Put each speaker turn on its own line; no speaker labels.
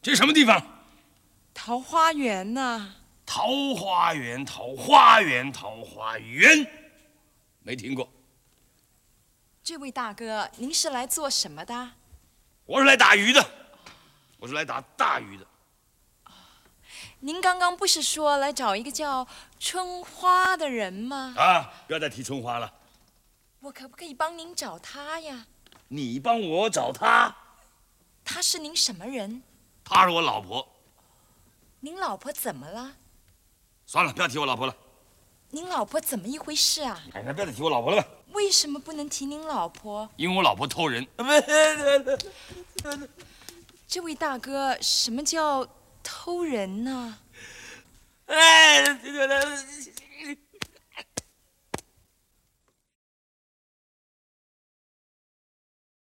这什么地方？
桃花源呐、
桃花源，桃花源，桃花源，没听过。
这位大哥，您是来做什么的？
我是来打鱼的，我是来打大鱼的。
您刚刚不是说来找一个叫春花的人吗？
啊，不要再提春花了。
我可不可以帮您找他呀？
你帮我找她，
他是您什么人？
她是我老婆。
您老婆怎么了？
算了，不要提我老婆了。
您老婆怎么一回事啊？
哎，那不要再提我老婆了吧，
为什么不能提您老婆？
因为我老婆偷人。
这位大哥，什么叫偷人呢、
哎，这个